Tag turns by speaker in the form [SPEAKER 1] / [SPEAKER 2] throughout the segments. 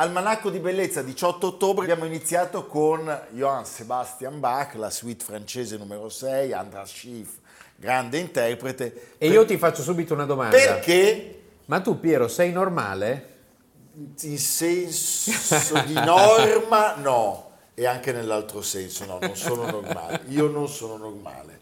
[SPEAKER 1] Almanacco di Bellezza, 18 ottobre, abbiamo iniziato con Johann Sebastian Bach, la suite francese numero 6, Andras Schiff, grande interprete.
[SPEAKER 2] E io ti faccio subito una domanda.
[SPEAKER 1] Perché
[SPEAKER 2] Ma tu Piero sei normale?
[SPEAKER 1] in senso di norma no, e anche nell'altro senso no, non sono normale, io non sono normale.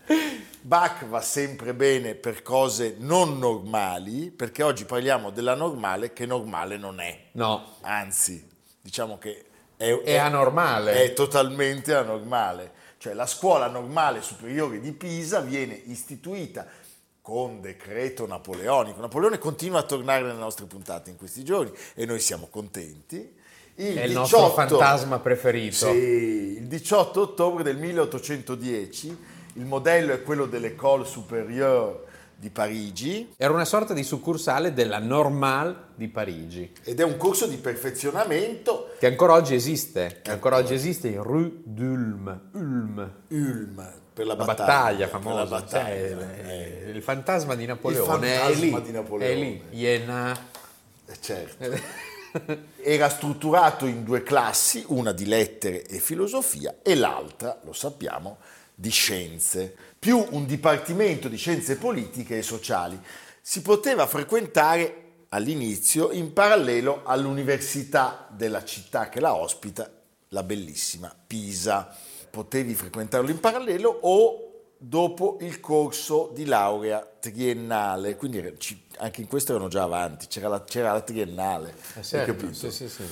[SPEAKER 1] Bach va sempre bene per cose non normali, perché oggi parliamo della normale che normale non è.
[SPEAKER 2] No,
[SPEAKER 1] anzi, diciamo che è,
[SPEAKER 2] è anormale.
[SPEAKER 1] è totalmente anormale. Cioè la scuola normale superiore di Pisa viene istituita con decreto napoleonico. Napoleone continua a tornare nelle nostre puntate in questi giorni e noi siamo contenti.
[SPEAKER 2] È il nostro
[SPEAKER 1] 18
[SPEAKER 2] fantasma preferito.
[SPEAKER 1] sì, il 18 ottobre del 1810 il modello è quello dell'École Supérieure di Parigi
[SPEAKER 2] Era una sorta di succursale della Normal di Parigi,
[SPEAKER 1] ed è un corso di perfezionamento
[SPEAKER 2] che ancora oggi esiste,
[SPEAKER 1] Ecco.
[SPEAKER 2] che ancora oggi esiste in Rue d'Ulm. Ulm.
[SPEAKER 1] Ulm per la,
[SPEAKER 2] La
[SPEAKER 1] battaglia,
[SPEAKER 2] battaglia,
[SPEAKER 1] per
[SPEAKER 2] famosa,
[SPEAKER 1] la battaglia,
[SPEAKER 2] sai,
[SPEAKER 1] eh,
[SPEAKER 2] il fantasma di Napoleone
[SPEAKER 1] fantasma
[SPEAKER 2] è lì,
[SPEAKER 1] di Napoleone.
[SPEAKER 2] è lì, Iena.
[SPEAKER 1] eh, certo. Era strutturato in due classi, una di lettere e filosofia e l'altra, lo sappiamo, di scienze, più un dipartimento di scienze politiche e sociali. Si poteva frequentare all'inizio in parallelo all'università della città che la ospita, la bellissima Pisa. Potevi frequentarlo in parallelo o dopo il corso di laurea triennale, quindi era- ci- anche in questo erano già avanti, c'era la, c'era la triennale.
[SPEAKER 2] Eh,
[SPEAKER 1] hai
[SPEAKER 2] certo,
[SPEAKER 1] capito?
[SPEAKER 2] sì, sì, sì.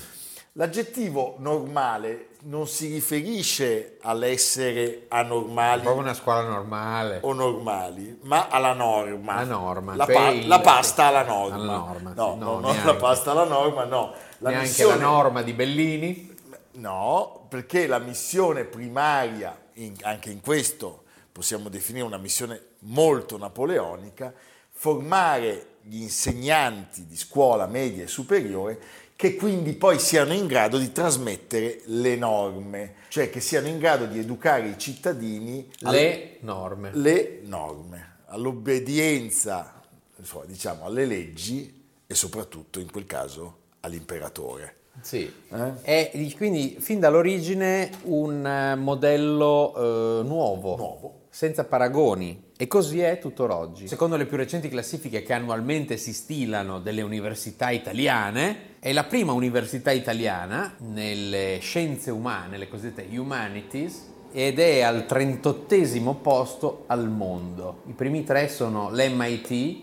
[SPEAKER 1] L'aggettivo normale non si riferisce all'essere anormali
[SPEAKER 2] Proprio una scuola normale.
[SPEAKER 1] o normali, ma alla norma.
[SPEAKER 2] La norma,
[SPEAKER 1] La,
[SPEAKER 2] cioè
[SPEAKER 1] pa-
[SPEAKER 2] il-
[SPEAKER 1] la pasta alla norma.
[SPEAKER 2] alla norma,
[SPEAKER 1] No,
[SPEAKER 2] sì, no,
[SPEAKER 1] no, no, la
[SPEAKER 2] neanche.
[SPEAKER 1] pasta alla norma, no. La
[SPEAKER 2] Neanche
[SPEAKER 1] missione-
[SPEAKER 2] la norma di Bellini.
[SPEAKER 1] No, perché la missione primaria, in- anche in questo possiamo definire una missione molto napoleonica, formare gli insegnanti di scuola media e superiore che quindi poi siano in grado di trasmettere le norme, cioè che siano in grado di educare i cittadini alle
[SPEAKER 2] Le norme.
[SPEAKER 1] le norme, all'obbedienza, insomma, diciamo, alle leggi e soprattutto in quel caso all'imperatore.
[SPEAKER 2] Sì.
[SPEAKER 1] Eh?
[SPEAKER 2] È quindi fin dall'origine un eh, modello eh, nuovo,
[SPEAKER 1] Nuovo.
[SPEAKER 2] senza paragoni. E così è tuttora oggi. Secondo le più recenti classifiche che annualmente si stilano delle università italiane, è la prima università italiana nelle scienze umane, le cosiddette humanities, ed è al 38 posto al mondo. I primi tre sono l'MIT, di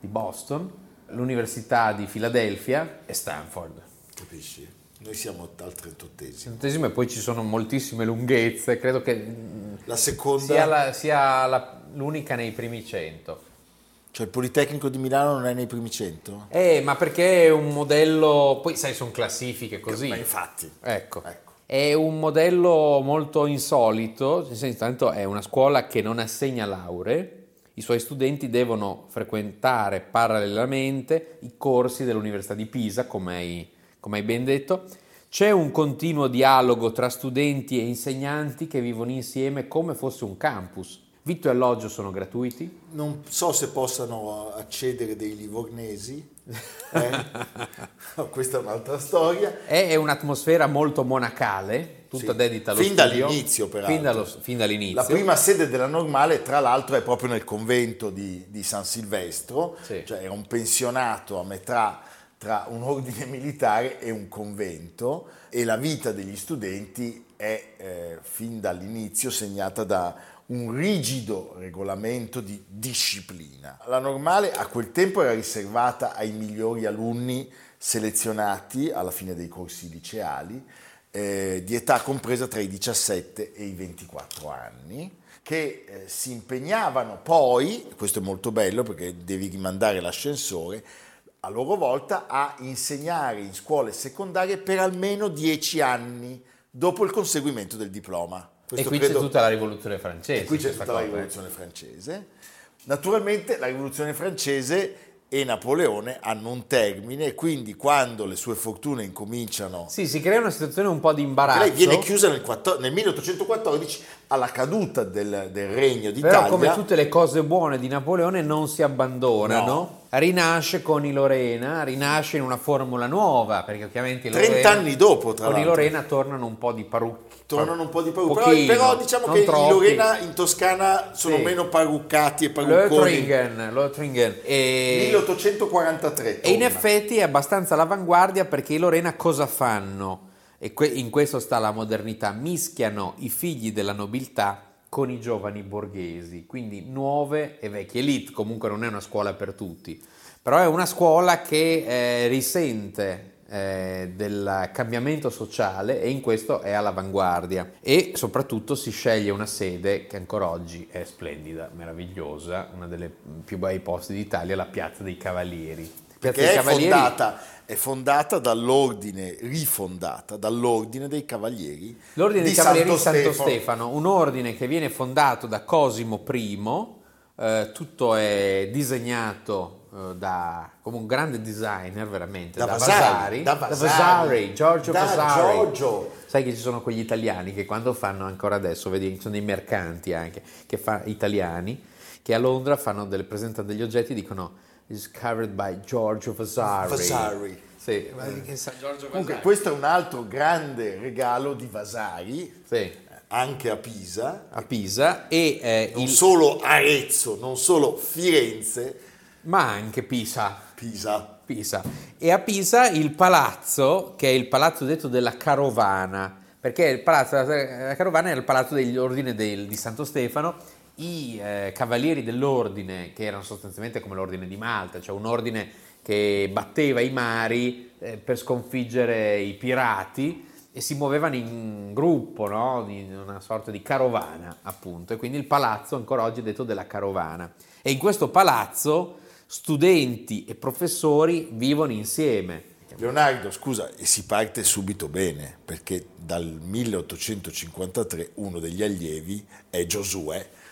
[SPEAKER 2] Boston, l'Università di Filadelfia e Stanford.
[SPEAKER 1] Capisci? Noi siamo al 38esimo.
[SPEAKER 2] Centesimo e poi ci sono moltissime lunghezze, credo che mh,
[SPEAKER 1] La seconda,
[SPEAKER 2] sia, la- sia la- l'unica nei primi 100.
[SPEAKER 1] cioè il Politecnico di Milano non è nei primi 100?
[SPEAKER 2] Eh, ma perché è un modello, poi sai, sono classifiche così.
[SPEAKER 1] Ma infatti.
[SPEAKER 2] Ecco.
[SPEAKER 1] Ecco.
[SPEAKER 2] È un modello molto insolito, nel senso tanto è una scuola che non assegna lauree, i suoi studenti devono frequentare parallelamente i corsi dell'Università di Pisa, come hai, come hai ben detto. C'è un continuo dialogo tra studenti e insegnanti che vivono insieme come fosse un campus. Vitto e alloggio sono gratuiti,
[SPEAKER 1] Non so se possano eh, accedere dei livornesi, eh? questa è un'altra storia.
[SPEAKER 2] è un'atmosfera molto monacale, tutta dedita allo
[SPEAKER 1] Fin
[SPEAKER 2] studio.
[SPEAKER 1] dall'inizio, peraltro.
[SPEAKER 2] Fin, dallo- fin dall'inizio.
[SPEAKER 1] La prima sede della normale, tra l'altro, è proprio nel convento di, di San Silvestro,
[SPEAKER 2] Sì.
[SPEAKER 1] cioè era un pensionato a metà tra un ordine militare e un convento e la vita degli studenti è eh, fin dall'inizio segnata da un rigido regolamento di disciplina. La normale a quel tempo era riservata ai migliori alunni selezionati alla fine dei corsi liceali, eh, di età compresa tra i 17 e i 24 anni, che eh, si impegnavano poi, questo è molto bello perché devi rimandare l'ascensore, a loro volta a insegnare in scuole secondarie per almeno 10 anni dopo il conseguimento del diploma.
[SPEAKER 2] e
[SPEAKER 1] Questo
[SPEAKER 2] qui
[SPEAKER 1] credo-
[SPEAKER 2] c'è tutta la rivoluzione francese.
[SPEAKER 1] e qui c'è
[SPEAKER 2] questa
[SPEAKER 1] tutta la
[SPEAKER 2] cosa, eh.
[SPEAKER 1] rivoluzione francese. Naturalmente la rivoluzione francese e Napoleone hanno un termine, quindi quando le sue fortune incominciano
[SPEAKER 2] Sì, si crea una situazione un po' di imbarazzo.
[SPEAKER 1] lei viene chiusa nel, 14 nel 1814 alla caduta del, del Regno d'Italia.
[SPEAKER 2] Però come tutte le cose buone di Napoleone non si abbandonano.
[SPEAKER 1] No.
[SPEAKER 2] Rinasce con i Lorena, rinasce in una formula nuova, perché ovviamente i
[SPEAKER 1] 30
[SPEAKER 2] Lorena-
[SPEAKER 1] anni dopo, tra
[SPEAKER 2] Con i
[SPEAKER 1] l'altro.
[SPEAKER 2] Lorena tornano un po' di parrucchi.
[SPEAKER 1] Tornano un po' di parrucchi. Però,
[SPEAKER 2] Pochino,
[SPEAKER 1] però diciamo
[SPEAKER 2] non
[SPEAKER 1] che
[SPEAKER 2] troppi.
[SPEAKER 1] i Lorena in Toscana sono
[SPEAKER 2] Sì.
[SPEAKER 1] meno parruccati e parrucconi.
[SPEAKER 2] Lothringen, Lothringen. E...
[SPEAKER 1] 1843.
[SPEAKER 2] E in
[SPEAKER 1] torna.
[SPEAKER 2] effetti è abbastanza all'avanguardia perché i Lorena cosa fanno? E que- in questo sta la modernità, mischiano i figli della nobiltà con i giovani borghesi, quindi nuove e vecchie elite, comunque non è una scuola per tutti, però è una scuola che eh, risente eh, del cambiamento sociale e in questo è all'avanguardia e soprattutto si sceglie una sede che ancora oggi è splendida, meravigliosa, una delle più bei posti d'Italia, la Piazza dei Cavalieri. Piazza
[SPEAKER 1] Che
[SPEAKER 2] dei
[SPEAKER 1] è
[SPEAKER 2] Cavalieri-
[SPEAKER 1] fondata, è fondata dall'ordine, rifondata dall'ordine dei Cavalieri.
[SPEAKER 2] L'ordine
[SPEAKER 1] di
[SPEAKER 2] dei Cavalieri di Santo
[SPEAKER 1] Stefano.
[SPEAKER 2] Stefano. un ordine che viene fondato da Cosimo I, eh, tutto è disegnato eh, da, come un grande designer veramente, da, Vasari,
[SPEAKER 1] da
[SPEAKER 2] da
[SPEAKER 1] Vasari,
[SPEAKER 2] Vasari, Giorgio
[SPEAKER 1] da
[SPEAKER 2] Vasari.
[SPEAKER 1] Giorgio.
[SPEAKER 2] Sai che ci sono quegli italiani che quando fanno ancora adesso, vedi, ci sono dei mercanti anche, che fa, italiani, che a Londra fanno delle, presentano degli oggetti e dicono discovered by Giorgio Vasari.
[SPEAKER 1] Vasari.
[SPEAKER 2] Sì, ma che sa Giorgio
[SPEAKER 1] Comunque,
[SPEAKER 2] Vasari.
[SPEAKER 1] questo è un altro grande regalo di Vasari,
[SPEAKER 2] Sì,
[SPEAKER 1] anche a Pisa.
[SPEAKER 2] a Pisa e eh,
[SPEAKER 1] non
[SPEAKER 2] il-
[SPEAKER 1] solo Arezzo, non solo Firenze,
[SPEAKER 2] ma anche Pisa.
[SPEAKER 1] Pisa.
[SPEAKER 2] Pisa. E a Pisa il palazzo, che è il palazzo detto della Carovana, perché il palazzo della Carovana era il palazzo dell'ordine del- di Santo Stefano. I eh, cavalieri dell'ordine, che erano sostanzialmente come l'ordine di Malta, cioè un ordine che batteva i mari eh, per sconfiggere i pirati e si muovevano in gruppo, no? in una sorta di carovana, appunto. E quindi il palazzo ancora oggi è detto della carovana. E in questo palazzo studenti e professori vivono insieme.
[SPEAKER 1] Leonardo, scusa, e si parte subito bene, perché dal 1853 uno degli allievi è Giosuè. Da-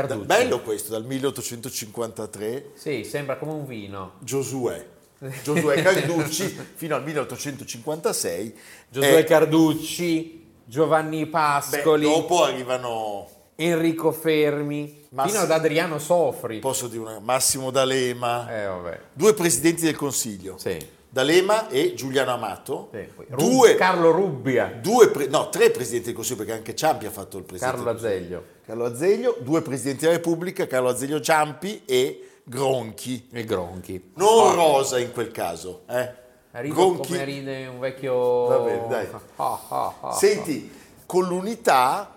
[SPEAKER 2] Carducci.
[SPEAKER 1] bello questo, dal 1853
[SPEAKER 2] Sì, sembra come un vino.
[SPEAKER 1] Giosuè. Giosuè Carducci fino al 1856.
[SPEAKER 2] Giosuè
[SPEAKER 1] Eh,
[SPEAKER 2] Carducci, Giovanni
[SPEAKER 1] beh,
[SPEAKER 2] Pascoli,
[SPEAKER 1] dopo arrivano,
[SPEAKER 2] Enrico Fermi,
[SPEAKER 1] Massi-
[SPEAKER 2] fino ad Adriano Sofri.
[SPEAKER 1] posso dire, una- Massimo D'Alema,
[SPEAKER 2] Eh, vabbè.
[SPEAKER 1] due presidenti del Consiglio,
[SPEAKER 2] Sì.
[SPEAKER 1] D'Alema e Giuliano Amato,
[SPEAKER 2] Sì, poi Ru-
[SPEAKER 1] due,
[SPEAKER 2] Carlo Rubbia,
[SPEAKER 1] due pre- no, tre presidenti del Consiglio, perché anche Ciampi ha fatto il presidente.
[SPEAKER 2] Carlo Azeglio
[SPEAKER 1] Carlo Azeglio, due presidenti della Repubblica, Carlo Azeglio Ciampi e Gronchi.
[SPEAKER 2] e Gronchi.
[SPEAKER 1] Non Rosa in quel caso, eh.
[SPEAKER 2] Rido
[SPEAKER 1] Gronchi.
[SPEAKER 2] come ride un vecchio...
[SPEAKER 1] Va bene, dai.
[SPEAKER 2] Ah, ah, ah,
[SPEAKER 1] Senti, con l'unità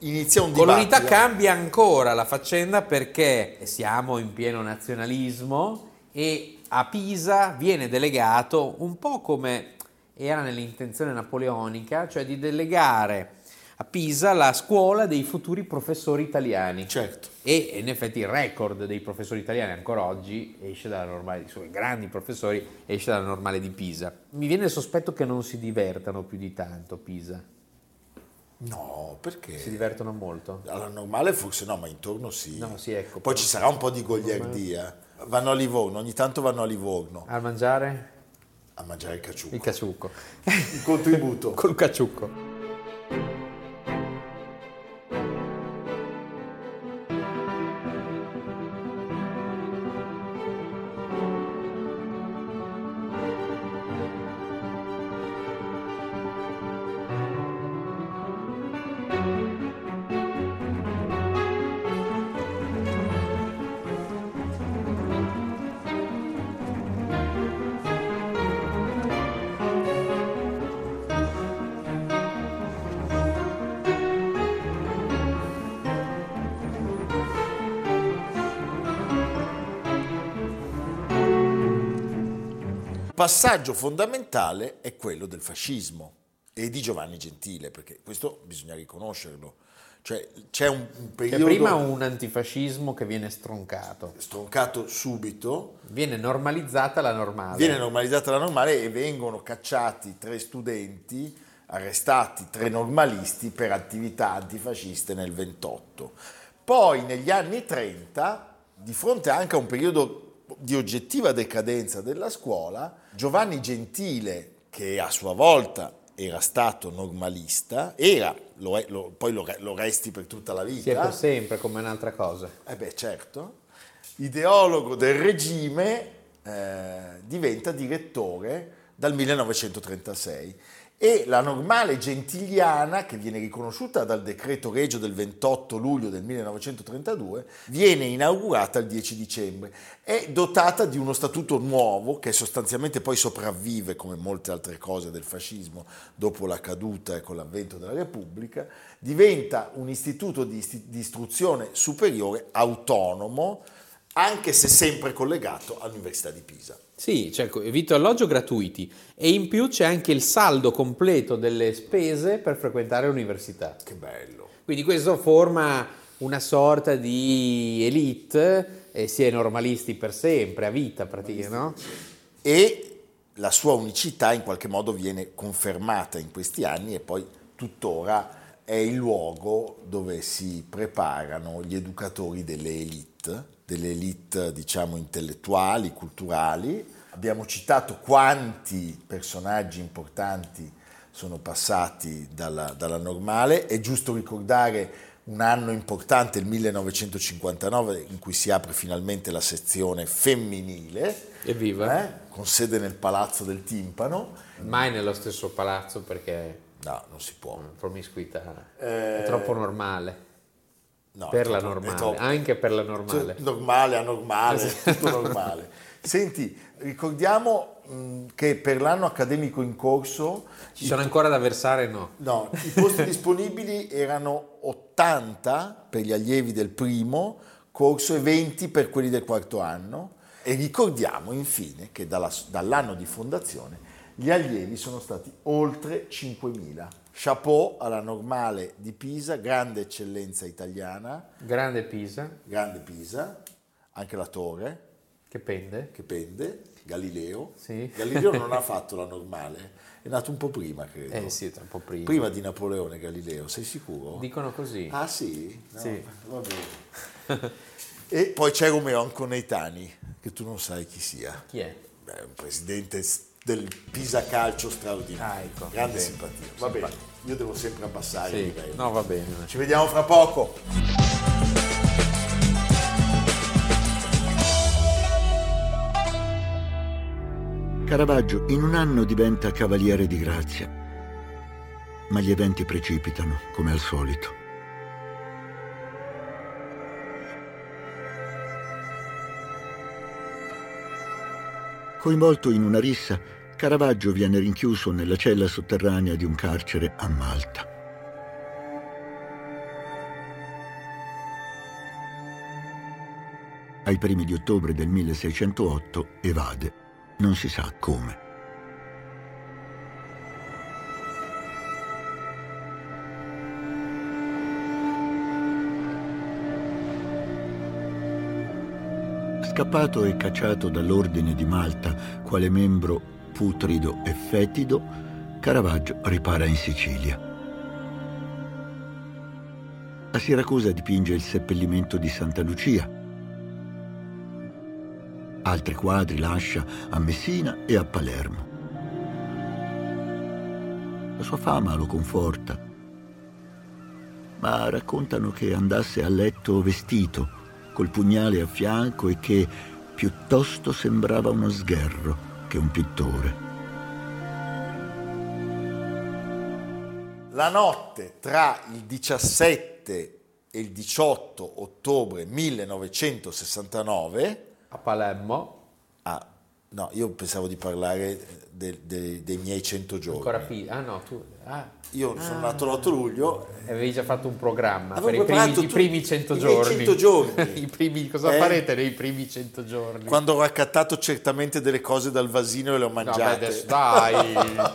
[SPEAKER 1] inizia un
[SPEAKER 2] Con
[SPEAKER 1] dibattito.
[SPEAKER 2] l'unità cambia ancora la faccenda perché siamo in pieno nazionalismo e a Pisa viene delegato un po' come era nell'intenzione napoleonica, cioè di delegare a Pisa la scuola dei futuri professori italiani.
[SPEAKER 1] Certo.
[SPEAKER 2] E in effetti il record dei professori italiani ancora oggi esce dalla normale, i suoi grandi professori esce dalla normale di Pisa. Mi viene il sospetto che non si divertano più di tanto a Pisa.
[SPEAKER 1] No, perché?
[SPEAKER 2] Si divertono molto.
[SPEAKER 1] Alla normale forse no, ma intorno sì.
[SPEAKER 2] No, sì, ecco,
[SPEAKER 1] Poi
[SPEAKER 2] però-
[SPEAKER 1] ci sarà un po' di gogliardia. Vanno a Livorno, ogni tanto vanno a Livorno
[SPEAKER 2] Al mangiare?
[SPEAKER 1] a mangiare il cacciù.
[SPEAKER 2] Il caciucco.
[SPEAKER 1] Il contributo.
[SPEAKER 2] Col caciucco.
[SPEAKER 1] passaggio fondamentale è quello del fascismo e di Giovanni Gentile, perché questo bisogna riconoscerlo. Cioè c'è un, un
[SPEAKER 2] C'è
[SPEAKER 1] periodo
[SPEAKER 2] prima un antifascismo che viene stroncato,
[SPEAKER 1] stroncato subito,
[SPEAKER 2] viene normalizzata la normale.
[SPEAKER 1] viene normalizzata la normale e vengono cacciati tre studenti, arrestati tre normalisti per attività antifasciste nel 28. Poi negli anni 30, di fronte anche a un periodo di oggettiva decadenza della scuola, Giovanni Gentile, che a sua volta era stato normalista, era, lo è- lo- poi lo, re- lo resti per tutta la vita.
[SPEAKER 2] si è per sempre come un'altra cosa.
[SPEAKER 1] Eh beh, certo. Ideologo del regime, eh, diventa direttore dal 1936 e la normale gentiliana, che viene riconosciuta dal decreto regio del 28 luglio del 1932, viene inaugurata il 10 dicembre. È dotata di uno statuto nuovo che sostanzialmente poi sopravvive, come molte altre cose del fascismo, dopo la caduta e con l'avvento della Repubblica, diventa un istituto di, isti- di istruzione superiore autonomo, anche se sempre collegato all'Università di Pisa.
[SPEAKER 2] Sì, c'è il vitto e alloggio gratuiti e in più c'è anche il saldo completo delle spese per frequentare l'università.
[SPEAKER 1] Che bello!
[SPEAKER 2] Quindi questo forma una sorta di elite, e si è normalisti per sempre, a vita praticamente, no?
[SPEAKER 1] E la sua unicità in qualche modo viene confermata in questi anni e poi tuttora è il luogo dove si preparano gli educatori delle elite, delle elite diciamo intellettuali, culturali. Abbiamo citato quanti personaggi importanti sono passati dalla, dalla normale, è giusto ricordare un anno importante, il 1959, in cui si apre finalmente la sezione femminile.
[SPEAKER 2] Evviva.
[SPEAKER 1] Eh? Con sede nel palazzo del timpano.
[SPEAKER 2] Mai nello stesso palazzo perché
[SPEAKER 1] No, non si può.
[SPEAKER 2] promiscuità
[SPEAKER 1] Eh,
[SPEAKER 2] è troppo normale.
[SPEAKER 1] No,
[SPEAKER 2] Per
[SPEAKER 1] è
[SPEAKER 2] la
[SPEAKER 1] troppo- è
[SPEAKER 2] normale,
[SPEAKER 1] troppo-
[SPEAKER 2] anche per la normale.
[SPEAKER 1] Cioè, normale, anormale, tutto normale. Senti, ricordiamo mh, che per l'anno accademico in corso
[SPEAKER 2] Ci
[SPEAKER 1] cioè
[SPEAKER 2] sono ancora da versare? No.
[SPEAKER 1] no, i posti disponibili erano 80 per gli allievi del primo corso e 20 per quelli del quarto anno. E ricordiamo infine che dalla- dall'anno di fondazione gli allievi sono stati oltre 5.000. Chapeau alla normale di Pisa, grande eccellenza italiana,
[SPEAKER 2] Grande Pisa,
[SPEAKER 1] grande Pisa, anche la torre
[SPEAKER 2] che pende.
[SPEAKER 1] che pende, Galileo.
[SPEAKER 2] Sì.
[SPEAKER 1] Galileo non ha fatto la normale, è nato un po' prima, credo.
[SPEAKER 2] Eh sì, tra un po' prima.
[SPEAKER 1] Prima di Napoleone Galileo, sei sicuro?
[SPEAKER 2] Dicono così.
[SPEAKER 1] Ah sì? No,
[SPEAKER 2] Sì.
[SPEAKER 1] Va bene. e poi c'è Romeo Anconetani, che tu non sai chi sia.
[SPEAKER 2] Chi è?
[SPEAKER 1] Beh, è un presidente s- del Pisa Calcio straordinario.
[SPEAKER 2] Ah, ecco.
[SPEAKER 1] Grande
[SPEAKER 2] Sì.
[SPEAKER 1] simpatia. Va bene, io devo sempre abbassare il
[SPEAKER 2] Sì.
[SPEAKER 1] livello.
[SPEAKER 2] No, va bene.
[SPEAKER 1] Ci vediamo fra poco.
[SPEAKER 3] Caravaggio in un anno diventa cavaliere di grazia, ma gli eventi precipitano, come al solito. Coinvolto in una rissa, Caravaggio viene rinchiuso nella cella sotterranea di un carcere a Malta. Ai primi di ottobre del 1608 evade, non si sa come. Scappato e cacciato dall'ordine di Malta quale membro putrido e fetido, Caravaggio ripara in Sicilia. A Siracusa dipinge il seppellimento di Santa Lucia, Altri quadri lascia a Messina e a Palermo. La sua fama lo conforta, ma raccontano che andasse a letto vestito, col pugnale a fianco e che piuttosto sembrava uno sgherro che un pittore.
[SPEAKER 1] La notte tra il 17 e il 18 ottobre 1969
[SPEAKER 2] A Palermo,
[SPEAKER 1] a ah, No, io pensavo di parlare eh, del- del- dei miei 100 giorni.
[SPEAKER 2] Ancora Ah. Pisa. Ah no, tu... ah,
[SPEAKER 1] Io sono nato l'8 luglio.
[SPEAKER 2] avevi già fatto un programma
[SPEAKER 1] Avevo
[SPEAKER 2] per i primi,
[SPEAKER 1] preparato
[SPEAKER 2] i
[SPEAKER 1] tu-
[SPEAKER 2] primi 100
[SPEAKER 1] i miei
[SPEAKER 2] giorni.
[SPEAKER 1] 100 giorni.
[SPEAKER 2] I primi- cosa
[SPEAKER 1] Eh?
[SPEAKER 2] farete nei primi 100 giorni?
[SPEAKER 1] Quando ho raccattato certamente delle cose dal vasino e le ho
[SPEAKER 2] No,
[SPEAKER 1] mangiate.
[SPEAKER 2] beh, adesso dai.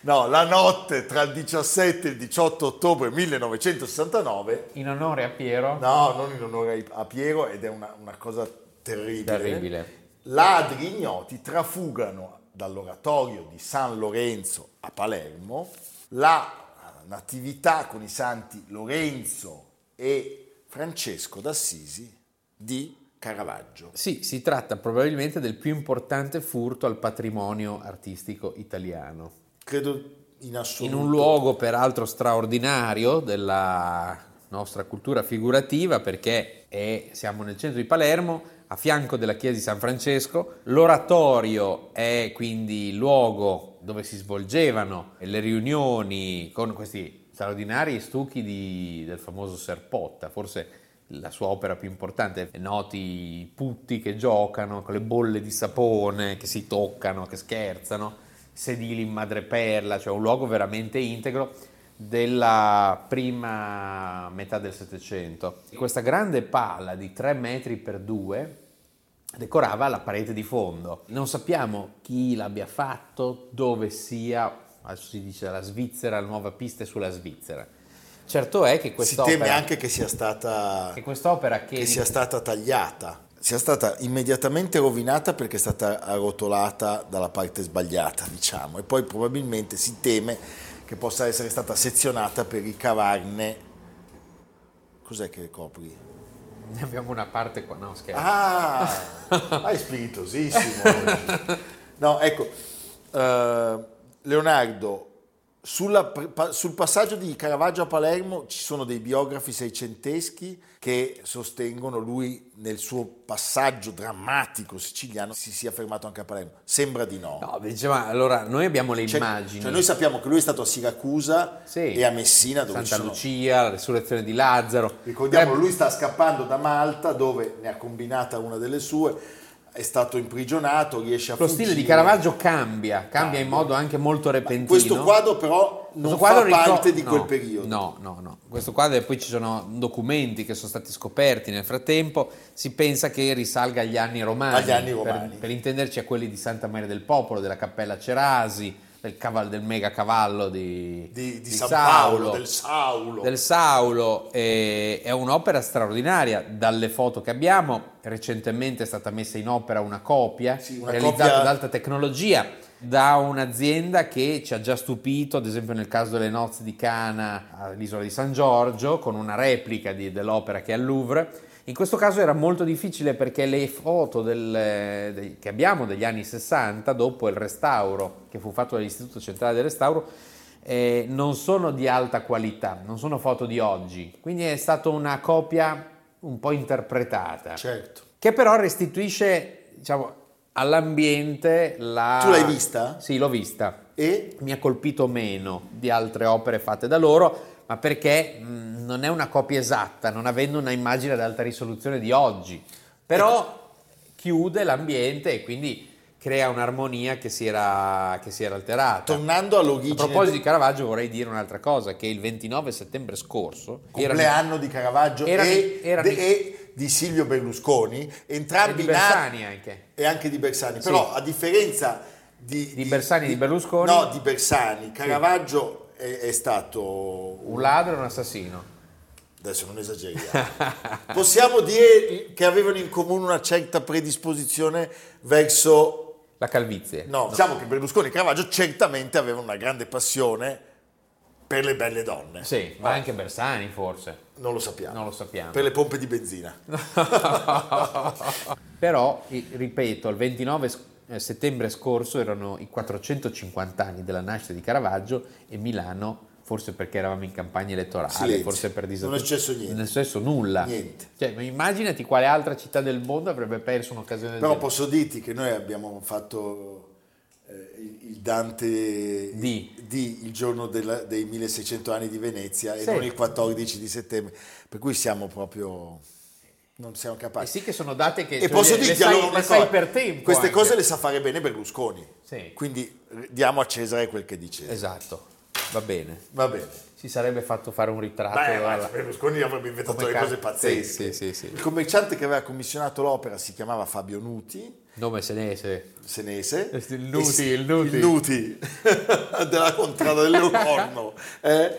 [SPEAKER 1] No, la notte tra il 17 e il 18 ottobre 1969,
[SPEAKER 2] In onore a Piero.
[SPEAKER 1] no, non in onore a Piero ed è una, una cosa terribile.
[SPEAKER 2] Terribile.
[SPEAKER 1] Ladri ignoti trafugano dall'oratorio di San Lorenzo a Palermo la natività con i santi Lorenzo e Francesco d'Assisi di Caravaggio.
[SPEAKER 2] Sì, si tratta probabilmente del più importante furto al patrimonio artistico italiano.
[SPEAKER 1] Credo in assoluto.
[SPEAKER 2] In un luogo peraltro straordinario della nostra cultura figurativa perché è- siamo nel centro di Palermo, a fianco della chiesa di San Francesco, l'oratorio è quindi il luogo dove si svolgevano le riunioni con questi straordinari stucchi di- del famoso Serpotta, forse la sua opera più importante, noti i putti che giocano con le bolle di sapone, che si toccano, che scherzano sedili in madreperla, cioè un luogo veramente integro della prima metà del Settecento. Questa grande pala di 3 metri per 2 decorava la parete di fondo. Non sappiamo chi l'abbia fatto, dove sia, adesso si dice la Svizzera, la nuova pista è sulla Svizzera. Certo è
[SPEAKER 1] Si
[SPEAKER 2] che
[SPEAKER 1] teme
[SPEAKER 2] quest'opera
[SPEAKER 1] anche che sia stata
[SPEAKER 2] che, quest'opera che,
[SPEAKER 1] che sia stata tagliata, sia stata immediatamente rovinata perché è stata arrotolata dalla parte sbagliata, diciamo, e poi probabilmente si teme che possa essere stata sezionata per ricavarne. Cos'è che copri?
[SPEAKER 2] ne abbiamo una parte qua, no scherzo.
[SPEAKER 1] Ah, ma è spiritosissimo. oggi. No, ecco, eh, Leonardo, sulla pre- pa- sul passaggio di Caravaggio a Palermo ci sono dei biografi seicenteschi che sostengono lui nel suo passaggio drammatico siciliano si sia fermato anche a Palermo. Sembra di no.
[SPEAKER 2] No, diceva, allora noi abbiamo le
[SPEAKER 1] Cioè-
[SPEAKER 2] immagini.
[SPEAKER 1] cioè, noi sappiamo che lui è stato a Siracusa
[SPEAKER 2] Sì.
[SPEAKER 1] e a Messina dove ci
[SPEAKER 2] Santa
[SPEAKER 1] sono...
[SPEAKER 2] Lucia, la resurrezione di Lazzaro.
[SPEAKER 1] Ricordiamolo,
[SPEAKER 2] Eh,
[SPEAKER 1] lui sta scappando da Malta dove ne ha combinata una delle sue, è stato imprigionato, riesce a
[SPEAKER 2] Lo
[SPEAKER 1] fuggire.
[SPEAKER 2] stile di Caravaggio cambia, cambia in modo anche molto repentino.
[SPEAKER 1] Questo quadro però non
[SPEAKER 2] Questo quadro
[SPEAKER 1] fa
[SPEAKER 2] ricor-
[SPEAKER 1] parte di
[SPEAKER 2] no,
[SPEAKER 1] quel periodo.
[SPEAKER 2] No, no, no. Questo quadro e poi ci sono documenti che sono stati scoperti nel frattempo, si pensa che risalga agli anni romani.
[SPEAKER 1] Agli anni
[SPEAKER 2] per-
[SPEAKER 1] romani.
[SPEAKER 2] Per, intenderci a quelli di Santa Maria del Popolo, della Cappella Cerasi, del, caval- del mega cavallo di,
[SPEAKER 1] Di, di
[SPEAKER 2] di
[SPEAKER 1] San
[SPEAKER 2] Saulo.
[SPEAKER 1] Paolo, del Saulo.
[SPEAKER 2] del Saulo eh, è un'opera straordinaria dalle foto che abbiamo recentemente è stata messa in opera una copia
[SPEAKER 1] Sì, una
[SPEAKER 2] realizzata
[SPEAKER 1] copia-
[SPEAKER 2] ad alta tecnologia da un'azienda che ci ha già stupito ad esempio nel caso delle nozze di Cana all'isola di San Giorgio con una replica di- dell'opera che è al Louvre in questo caso era molto difficile perché le foto del- eh, dei- che abbiamo degli anni 60 dopo il restauro che fu fatto dall'Istituto Centrale del Restauro eh, non sono di alta qualità, non sono foto di oggi, quindi è stata una copia un po' interpretata,
[SPEAKER 1] Certo.
[SPEAKER 2] che però restituisce diciamo, all'ambiente la...
[SPEAKER 1] Tu l'hai vista?
[SPEAKER 2] Sì, l'ho vista.
[SPEAKER 1] E
[SPEAKER 2] Mi ha colpito meno di altre opere fatte da loro, ma perché mh, non è una copia esatta, non avendo una immagine ad alta risoluzione di oggi.
[SPEAKER 1] Ecco.
[SPEAKER 2] Però chiude l'ambiente e quindi crea un'armonia che si era, che si era alterata.
[SPEAKER 1] tornando
[SPEAKER 2] A
[SPEAKER 1] all'origine,
[SPEAKER 2] proposito di Caravaggio vorrei dire un'altra cosa, che il 29 settembre scorso era
[SPEAKER 1] compleanno di Caravaggio
[SPEAKER 2] erano-
[SPEAKER 1] e,
[SPEAKER 2] erano-
[SPEAKER 1] de- e di Silvio Berlusconi,
[SPEAKER 2] e
[SPEAKER 1] entrambi
[SPEAKER 2] di
[SPEAKER 1] nati
[SPEAKER 2] Bersani anche.
[SPEAKER 1] e anche di Bersani. Però a differenza di,
[SPEAKER 2] Di Bersani e di Berlusconi?
[SPEAKER 1] no, di Bersani, Caravaggio è, è stato un-
[SPEAKER 2] Un ladro e un assassino.
[SPEAKER 1] adesso non esageriamo. Possiamo dire che avevano in comune una certa predisposizione verso
[SPEAKER 2] La calvizie.
[SPEAKER 1] no, diciamo che Berlusconi e Caravaggio certamente avevano una grande passione per le belle donne.
[SPEAKER 2] Sì, ma anche Bersani forse.
[SPEAKER 1] Non lo sappiamo.
[SPEAKER 2] Non lo sappiamo.
[SPEAKER 1] Per le pompe di benzina.
[SPEAKER 2] Però, i- ripeto, il 29 sc- eh, settembre scorso erano i 450 anni della nascita di Caravaggio e Milano, forse perché eravamo in campagna elettorale,
[SPEAKER 1] Silenzio.
[SPEAKER 2] forse per disattenzione.
[SPEAKER 1] Non è successo niente.
[SPEAKER 2] Non è successo nulla.
[SPEAKER 1] Niente.
[SPEAKER 2] Cioè, ma immaginati quale altra città del mondo avrebbe perso un'occasione del
[SPEAKER 1] Però
[SPEAKER 2] genere.
[SPEAKER 1] posso dirti che noi abbiamo fatto eh, il il Dante
[SPEAKER 2] Di.
[SPEAKER 1] di il giorno della- dei 1600 anni di Venezia e
[SPEAKER 2] Sì.
[SPEAKER 1] non il 14 di settembre, per cui siamo proprio... Non siamo
[SPEAKER 2] Eh
[SPEAKER 1] capaci.
[SPEAKER 2] sì che sono date che
[SPEAKER 1] E
[SPEAKER 2] cioè,
[SPEAKER 1] posso
[SPEAKER 2] le- le
[SPEAKER 1] dirti
[SPEAKER 2] sai,
[SPEAKER 1] allora una
[SPEAKER 2] le sai
[SPEAKER 1] cosa,
[SPEAKER 2] per tempo.
[SPEAKER 1] queste
[SPEAKER 2] anche.
[SPEAKER 1] cose le sa fare bene Berlusconi.
[SPEAKER 2] Sì.
[SPEAKER 1] Quindi eh, diamo a Cesare quel che dice.
[SPEAKER 2] Esatto, va bene.
[SPEAKER 1] Va bene.
[SPEAKER 2] Si sarebbe fatto fare un ritratto.
[SPEAKER 1] Beh, ma
[SPEAKER 2] alla-
[SPEAKER 1] Berlusconi avrebbe inventato
[SPEAKER 2] Come
[SPEAKER 1] delle
[SPEAKER 2] ca-
[SPEAKER 1] cose pazzesche.
[SPEAKER 2] Sì, sì, sì, sì.
[SPEAKER 1] Il commerciante che aveva commissionato l'opera si chiamava Fabio Nuti,
[SPEAKER 2] Nome senese.
[SPEAKER 1] senese.
[SPEAKER 2] Eh sì, il Nuti,
[SPEAKER 1] E si-
[SPEAKER 2] il Nuti.
[SPEAKER 1] Nuti. della contrada dell'Orno eh,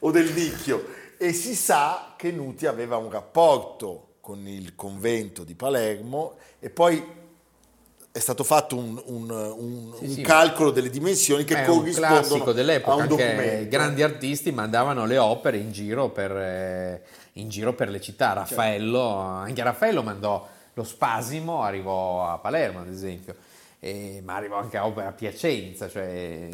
[SPEAKER 1] o del Nicchio. E si sa che Nuti aveva un rapporto con il convento di Palermo e poi è stato fatto un, un- un-
[SPEAKER 2] Sì,
[SPEAKER 1] un
[SPEAKER 2] sì, ma-
[SPEAKER 1] calcolo delle dimensioni che
[SPEAKER 2] È un
[SPEAKER 1] corrispondono
[SPEAKER 2] classico dell'epoca,
[SPEAKER 1] a un
[SPEAKER 2] anche
[SPEAKER 1] documento.
[SPEAKER 2] grandi artisti mandavano le opere in giro per, eh, in giro per le
[SPEAKER 1] Certo.
[SPEAKER 2] città. Raffaello, anche Raffaello mandò lo Spasimo, arrivò a Palermo ad esempio, e- ma arrivò anche a opera a Piacenza, cioè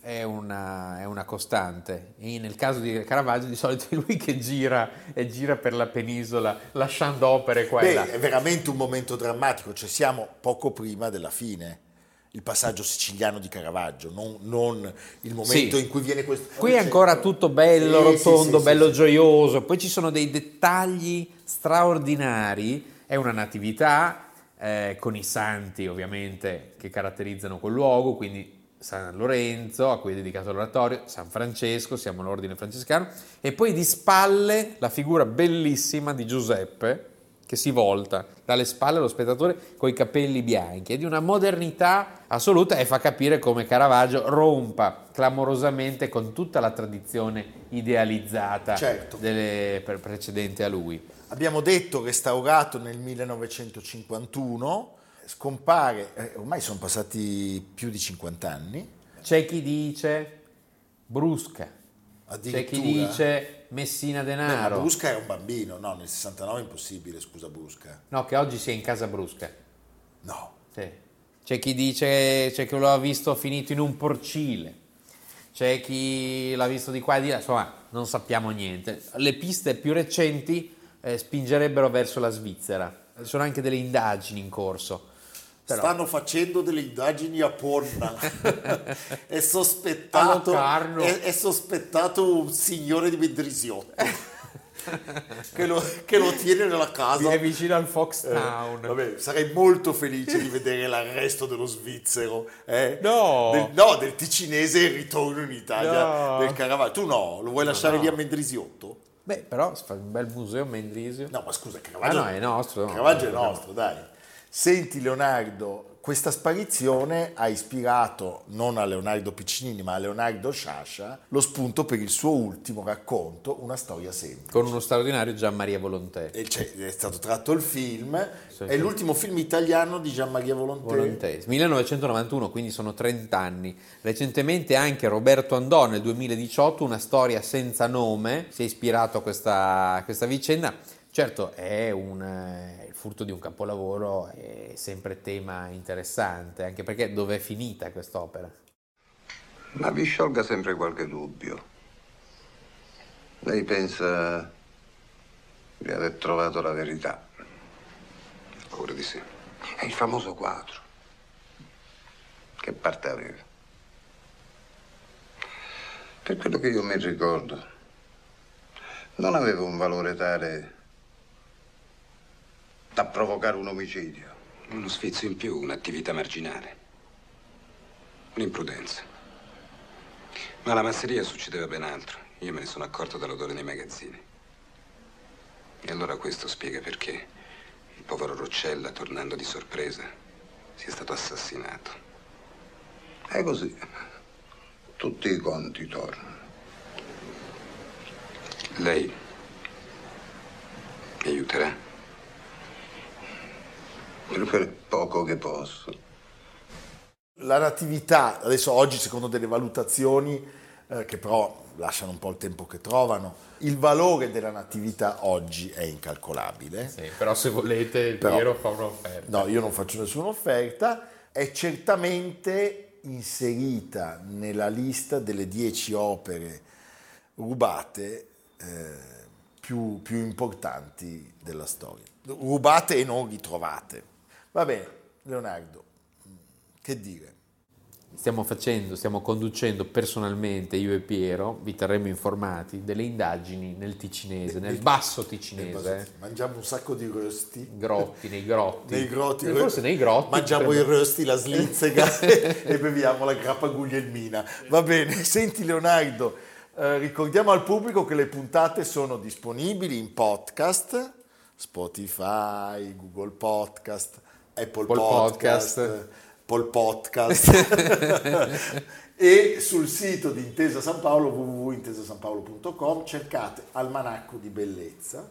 [SPEAKER 2] è una, è una costante. E nel caso di Caravaggio di solito è lui che gira e gira per la penisola lasciando opere qua e là.
[SPEAKER 1] Beh, eh, è veramente un momento drammatico, cioè siamo poco prima della fine, il passaggio siciliano di Caravaggio, non, non il momento
[SPEAKER 2] Sì.
[SPEAKER 1] in cui viene questo... Certo. Eh,
[SPEAKER 2] Qui è ancora tutto bello,
[SPEAKER 1] Sì, sì,
[SPEAKER 2] rotondo,
[SPEAKER 1] sì,
[SPEAKER 2] bello
[SPEAKER 1] sì, sì.
[SPEAKER 2] gioioso, poi ci sono dei dettagli straordinari, è una natività eh, con i santi ovviamente che caratterizzano quel luogo, quindi San Lorenzo, a cui è dedicato l'oratorio, San Francesco, siamo l'ordine francescano, e poi di spalle la figura bellissima di Giuseppe che si volta dalle spalle allo spettatore coi capelli bianchi, è di una modernità assoluta e fa capire come Caravaggio rompa clamorosamente con tutta la tradizione idealizzata
[SPEAKER 1] Certo.
[SPEAKER 2] delle- pre- precedente a lui.
[SPEAKER 1] Abbiamo detto restaurato nel 1951, scompare, eh, ormai sono passati più di 50 anni,
[SPEAKER 2] C'è chi dice brusca, c'è
[SPEAKER 1] addirittura...
[SPEAKER 2] chi dice Messina
[SPEAKER 1] Beh, ma
[SPEAKER 2] Denaro,
[SPEAKER 1] Brusca era un bambino, no, nel 69 è impossibile, scusa Brusca.
[SPEAKER 2] no che oggi sia in casa brusca.
[SPEAKER 1] No,
[SPEAKER 2] Sì. C'è chi dice c'è chi lo ha visto finito in un porcile, c'è chi l'ha visto di qua e di là, insomma non sappiamo niente. Le piste più recenti eh, spingerebbero verso la Svizzera, ci sono anche delle indagini in corso. Però-
[SPEAKER 1] Stanno facendo delle indagini a Ponna. è,
[SPEAKER 2] A
[SPEAKER 1] sospettato,
[SPEAKER 2] Locarno.
[SPEAKER 1] è, è sospettato un signore di Mendrisiotto che, lo, che lo tiene nella casa.
[SPEAKER 2] È vicino al
[SPEAKER 1] Eh,
[SPEAKER 2] Foxtown.
[SPEAKER 1] vabbè, sarei molto felice di vedere l'arresto dello svizzero. eh.
[SPEAKER 2] No.
[SPEAKER 1] Del, no, del ticinese e il ritorno in Italia
[SPEAKER 2] No.
[SPEAKER 1] del Caravaggio. Tu no, lo vuoi lasciare
[SPEAKER 2] no.
[SPEAKER 1] lì a Mendrisiotto?
[SPEAKER 2] Beh, però si fa un bel museo a Mendrisio.
[SPEAKER 1] No, ma scusa,
[SPEAKER 2] Ah
[SPEAKER 1] Caravaggio,
[SPEAKER 2] no, è nostro. no.
[SPEAKER 1] Caravaggio è nostro, dai. Senti Leonardo, questa sparizione ha ispirato non a Leonardo Piccinini ma a Leonardo Sciascia lo spunto per il suo ultimo racconto, Una storia semplice.
[SPEAKER 2] Con uno straordinario Gian Maria Volonté.
[SPEAKER 1] E c'è- è stato tratto il film,
[SPEAKER 2] Sì,
[SPEAKER 1] è
[SPEAKER 2] sì.
[SPEAKER 1] l'ultimo film italiano di Gian Maria Volonté.
[SPEAKER 2] Volonté. 1991, quindi sono 30 anni. Recentemente anche Roberto Andò nel 2018, una storia senza nome, si è ispirato a questa, a questa vicenda. Certo, è un, eh, il furto di un capolavoro, è sempre tema interessante, anche perché dov'è finita quest'opera?
[SPEAKER 4] Ma vi sciolga sempre qualche dubbio. Lei pensa di aver trovato la verità? Ancora di sì. È il famoso quadro. Che parte aveva? Per quello che io mi ricordo, non aveva un valore tale da provocare un omicidio.
[SPEAKER 5] Uno sfizio in più, un'attività marginale. Un'imprudenza. Ma alla masseria succedeva ben altro. Io me ne sono accorto dall'odore nei magazzini. E allora questo spiega perché il povero Roccella, tornando di sorpresa, sia stato assassinato.
[SPEAKER 4] È così. Tutti i conti tornano.
[SPEAKER 5] Lei mi aiuterà?
[SPEAKER 4] Per quel poco che posso.
[SPEAKER 1] La natività, adesso oggi secondo delle valutazioni eh, che però lasciano un po' il tempo che trovano, il valore della natività oggi è incalcolabile.
[SPEAKER 2] però se volete,
[SPEAKER 1] Però- Piero fa
[SPEAKER 2] un'offerta.
[SPEAKER 1] No, io non faccio nessuna offerta. È certamente inserita nella lista delle dieci opere rubate eh, più, più importanti della storia. Rubate e non ritrovate. Va bene, Leonardo, che dire?
[SPEAKER 2] Stiamo facendo, stiamo conducendo personalmente io e Piero, vi terremo informati, delle indagini nel ticinese, nel basso ticinese.
[SPEAKER 1] Mangiamo un sacco di rösti.
[SPEAKER 2] Grotti, nei grotti.
[SPEAKER 1] Nei grotti,
[SPEAKER 2] Eh, Forse nei grotti.
[SPEAKER 1] Mangiamo i
[SPEAKER 2] potrebbe-
[SPEAKER 1] rösti, la slizzega e beviamo la grappa guglielmina. Va bene, senti Leonardo, eh, ricordiamo al pubblico che le puntate sono disponibili in podcast, Spotify, Google Podcast, Apple
[SPEAKER 2] Apple
[SPEAKER 1] Podcast,
[SPEAKER 2] Podcast.
[SPEAKER 1] Apple Podcast. e sul sito di Intesa San Paolo www.intesasanpaolo.com cercate Almanacco di Bellezza.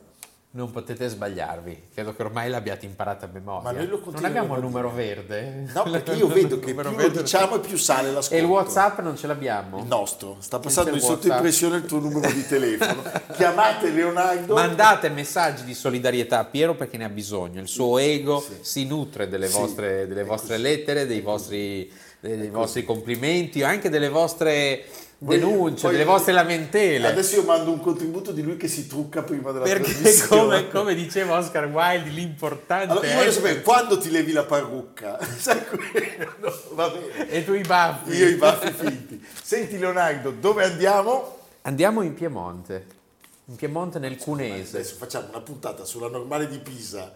[SPEAKER 2] Non potete sbagliarvi, credo che ormai l'abbiate imparata a memoria.
[SPEAKER 1] Ma noi lo
[SPEAKER 2] non
[SPEAKER 1] continuiamo
[SPEAKER 2] abbiamo
[SPEAKER 1] a
[SPEAKER 2] il
[SPEAKER 1] dire.
[SPEAKER 2] numero verde?
[SPEAKER 1] No, perché io vedo che più
[SPEAKER 2] Il numero
[SPEAKER 1] lo
[SPEAKER 2] verde-
[SPEAKER 1] diciamo e più sale l'ascolto.
[SPEAKER 2] E il WhatsApp non ce l'abbiamo?
[SPEAKER 1] Il nostro, sta passando
[SPEAKER 2] c'è
[SPEAKER 1] in
[SPEAKER 2] il WhatsApp.
[SPEAKER 1] sottoimpressione il tuo numero di telefono. Chiamate Leonardo.
[SPEAKER 2] Mandate messaggi di solidarietà a Piero perché ne ha bisogno, il suo ego si nutre delle
[SPEAKER 1] Sì,
[SPEAKER 2] vostre, delle
[SPEAKER 1] è
[SPEAKER 2] vostre
[SPEAKER 1] così.
[SPEAKER 2] lettere, dei vostri, dei vostri complimenti, anche delle vostre
[SPEAKER 1] Poi-
[SPEAKER 2] denunce,
[SPEAKER 1] poi-
[SPEAKER 2] delle vostre lamentele.
[SPEAKER 1] Adesso io mando un contributo di lui che si trucca prima della
[SPEAKER 2] perché
[SPEAKER 1] trasmissione.
[SPEAKER 2] come, come diceva Oscar Wilde, l'importante
[SPEAKER 1] Allora, io
[SPEAKER 2] è...
[SPEAKER 1] voglio sapere quando ti levi la parrucca. Sai quello? Va bene.
[SPEAKER 2] E tu i baffi.
[SPEAKER 1] Io i baffi finti. Senti Leonardo, dove andiamo?
[SPEAKER 2] Andiamo in Piemonte, in Piemonte nel Cunese.
[SPEAKER 1] Adesso facciamo una puntata sulla normale di Pisa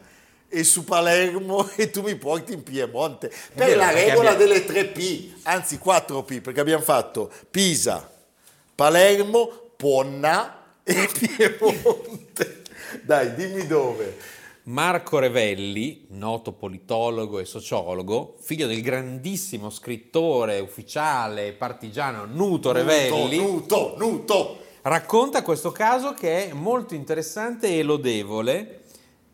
[SPEAKER 1] e su Palermo e tu mi porti in Piemonte per
[SPEAKER 2] vero,
[SPEAKER 1] la
[SPEAKER 2] perché
[SPEAKER 1] regola
[SPEAKER 2] abbiamo-
[SPEAKER 1] delle 3P, anzi 4P, perché abbiamo fatto Pisa, Palermo, Ponna e Piemonte. Dai, dimmi dove.
[SPEAKER 2] Marco Revelli, noto politologo e sociologo, figlio del grandissimo scrittore ufficiale e partigiano Nuto Revelli,
[SPEAKER 1] Nuto, Nuto, Nuto.
[SPEAKER 2] racconta questo caso che è molto interessante e lodevole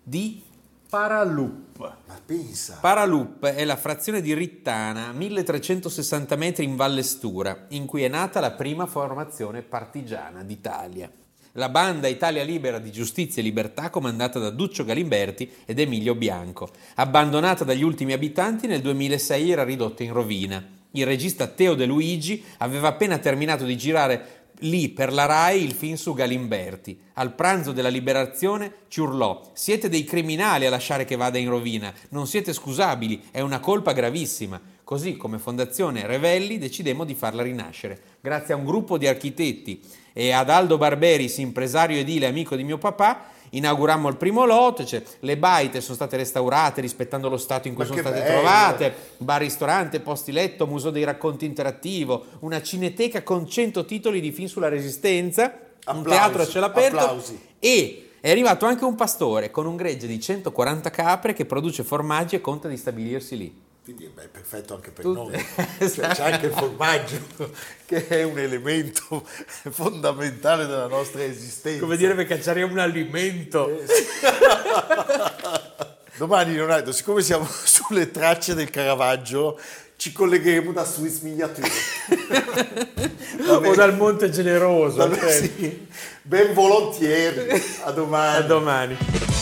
[SPEAKER 2] di Paralup.
[SPEAKER 1] Ma pensa,
[SPEAKER 2] Esatto. Paralup è la frazione di Rittana, 1360 metri in Vallestura, in cui è nata la prima formazione partigiana d'Italia. La banda Italia Libera di Giustizia e Libertà, comandata da Duccio Galimberti ed Emilio Bianco. Abbandonata dagli ultimi abitanti, nel 2006 era ridotta in rovina. Il regista Teo De Luigi aveva appena terminato di girare lì per la RAI il film su Galimberti. Al pranzo della liberazione ci urlò: Siete dei criminali a lasciare che vada in rovina, non siete scusabili, è una colpa gravissima. Così come Fondazione Revelli decidemmo di farla rinascere. Grazie a un gruppo di architetti e ad Aldo Barberis, impresario edile amico di mio papà, inaugurammo il primo lotto, cioè, le baite sono state restaurate rispettando lo stato in cui
[SPEAKER 1] Ma
[SPEAKER 2] sono
[SPEAKER 1] che
[SPEAKER 2] state
[SPEAKER 1] bello!
[SPEAKER 2] trovate ristorante, bar ristorante, posti letto, museo dei racconti interattivo, una cineteca con 100 titoli di film sulla resistenza, un
[SPEAKER 1] Applausi,
[SPEAKER 2] teatro a cielo aperto
[SPEAKER 1] applausi.
[SPEAKER 2] e è arrivato anche un pastore con un gregge di 140 capre che produce formaggi e conta di stabilirsi lì.
[SPEAKER 1] Quindi beh, è perfetto anche per
[SPEAKER 2] Tutti- Esatto.
[SPEAKER 1] noi. Cioè, c'è anche il formaggio che è un elemento fondamentale della nostra esistenza.
[SPEAKER 2] per cacciare un alimento.
[SPEAKER 1] Eh, Domani, Leonardo, siccome siamo sulle tracce del Caravaggio, ci collegheremo da Swiss Miniature. Va bene.
[SPEAKER 2] Monte Generoso. cioè,
[SPEAKER 1] Allora, sì. Ben volentieri, a domani.
[SPEAKER 2] domani.